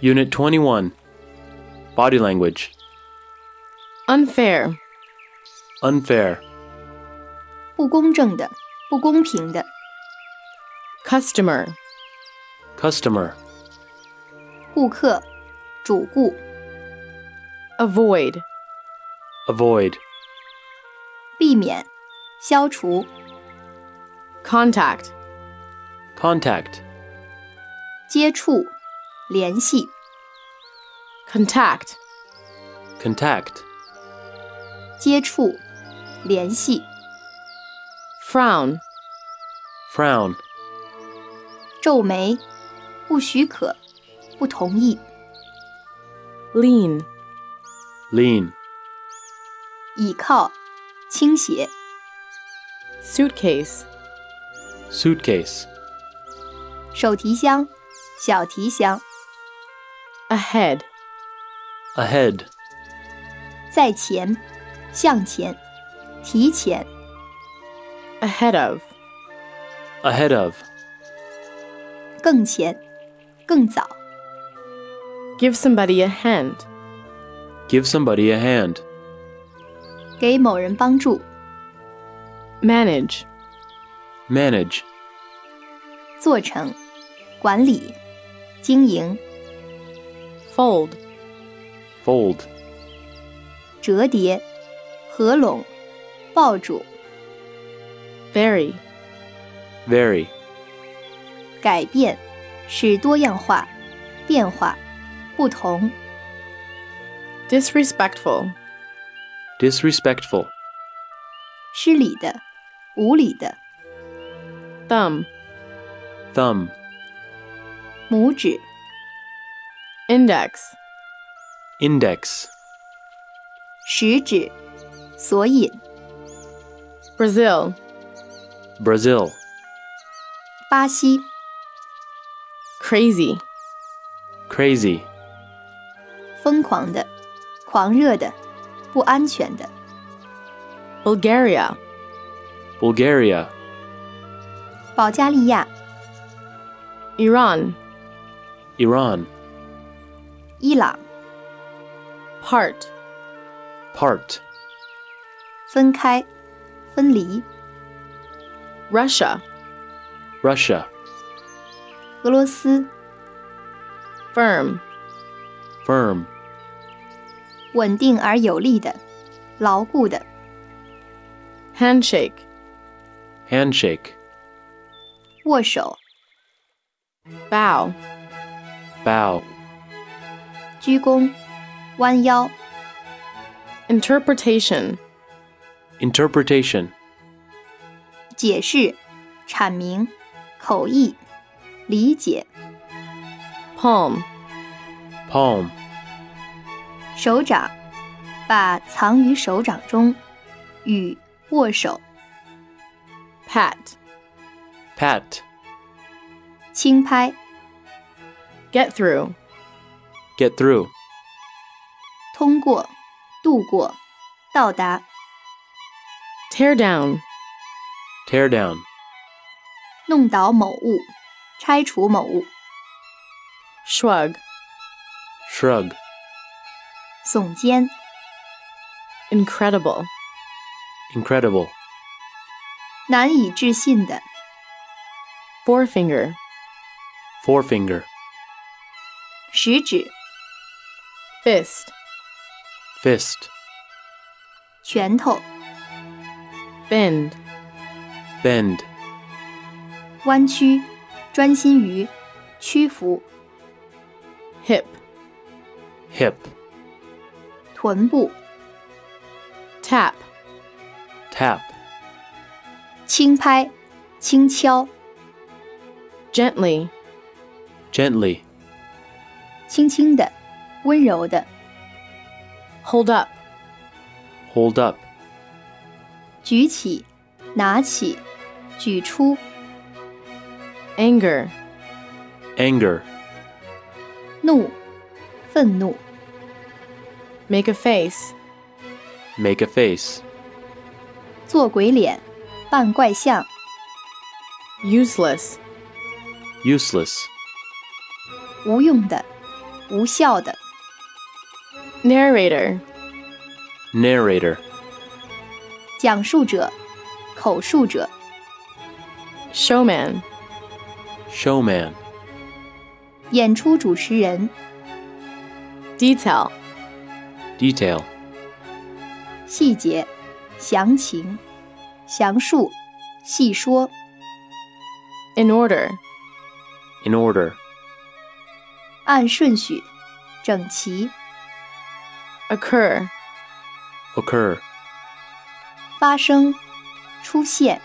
Unit 21 Body Language Unfair. Unfair 不公正的、不公平的、 Customer. Customer 顾客、主顾、 Avoid. Avoid 避免、消除、 Contact. Contact 接触、联系、 Contact. Contact 接触、联系、 Frown. Frown 皱眉、不许可、不同意、 Lean. Lean 倚靠、倾斜、 Suitcase. Suitcase 手提箱、小提箱、 Ahead. Ahead 在前、向前、提前、 Ahead of. Ahead of 更前、更早、 Give somebody a hand. Give somebody a hand 给某人帮助、 Manage. Manage 做成、管理、经营、 Fold. Fold 折叠、合拢、抱住、 Vary. Vary 改变，使多样化、变化、不同、 Disrespectful. Disrespectful 失礼的、无理的、 Thumb. Thumb 拇指、 Index. Index 食指、索引、 Brazil. Brazil 巴西、 Crazy. Crazy 疯狂的、狂热的、不安全的、 Bulgaria. Bulgaria 保加利亚、 Iran. Iran 伊朗、 Part. Part 分开、分离、 Russia. Russia 俄罗斯、 Firm. Firm 稳定而有力的、牢固的、 Handshake. Handshake 握手、 Bow. Bow 鞠躬、弯腰、 Interpretation. Interpretation 解释、阐明、口译、理解、 Palm. Palm 手掌，把藏于手掌中，与握手、 Pat. Pat 轻拍、 Get through. Get through 通过、度过、到达、 Tear down. Tear down 弄倒某物、拆除某物、 Shrug. Shrug 耸肩、 Incredible. Incredible 难以置信的、 Forefinger. Forefinger 食指、 Fist. Fist 拳头、 Bend. Bend 弯曲、专心于、屈服、 Hip. Hip 臀部、 Tap. Tap 轻拍、轻敲、 Gently. Gently 轻轻的、温柔的、 Hold up. Hold up 举起、拿起、举出、 Anger. Anger 怒、愤怒。 Make a face. Make a face 做鬼脸，扮怪相， Useless. Useless 无用的，无效的。 narrator, narrator, 讲述者、口述者、 showman, showman, 演出主持人、 detail, detail, 细节、详情、详述、细说、 in order, in order, 按顺序、整齐、 occur, occur, 发生、出现、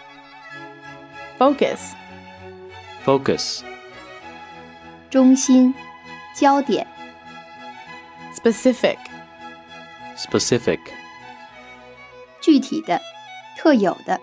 focus, focus, 中心、焦点、 specific, specific, 具体的、特有的、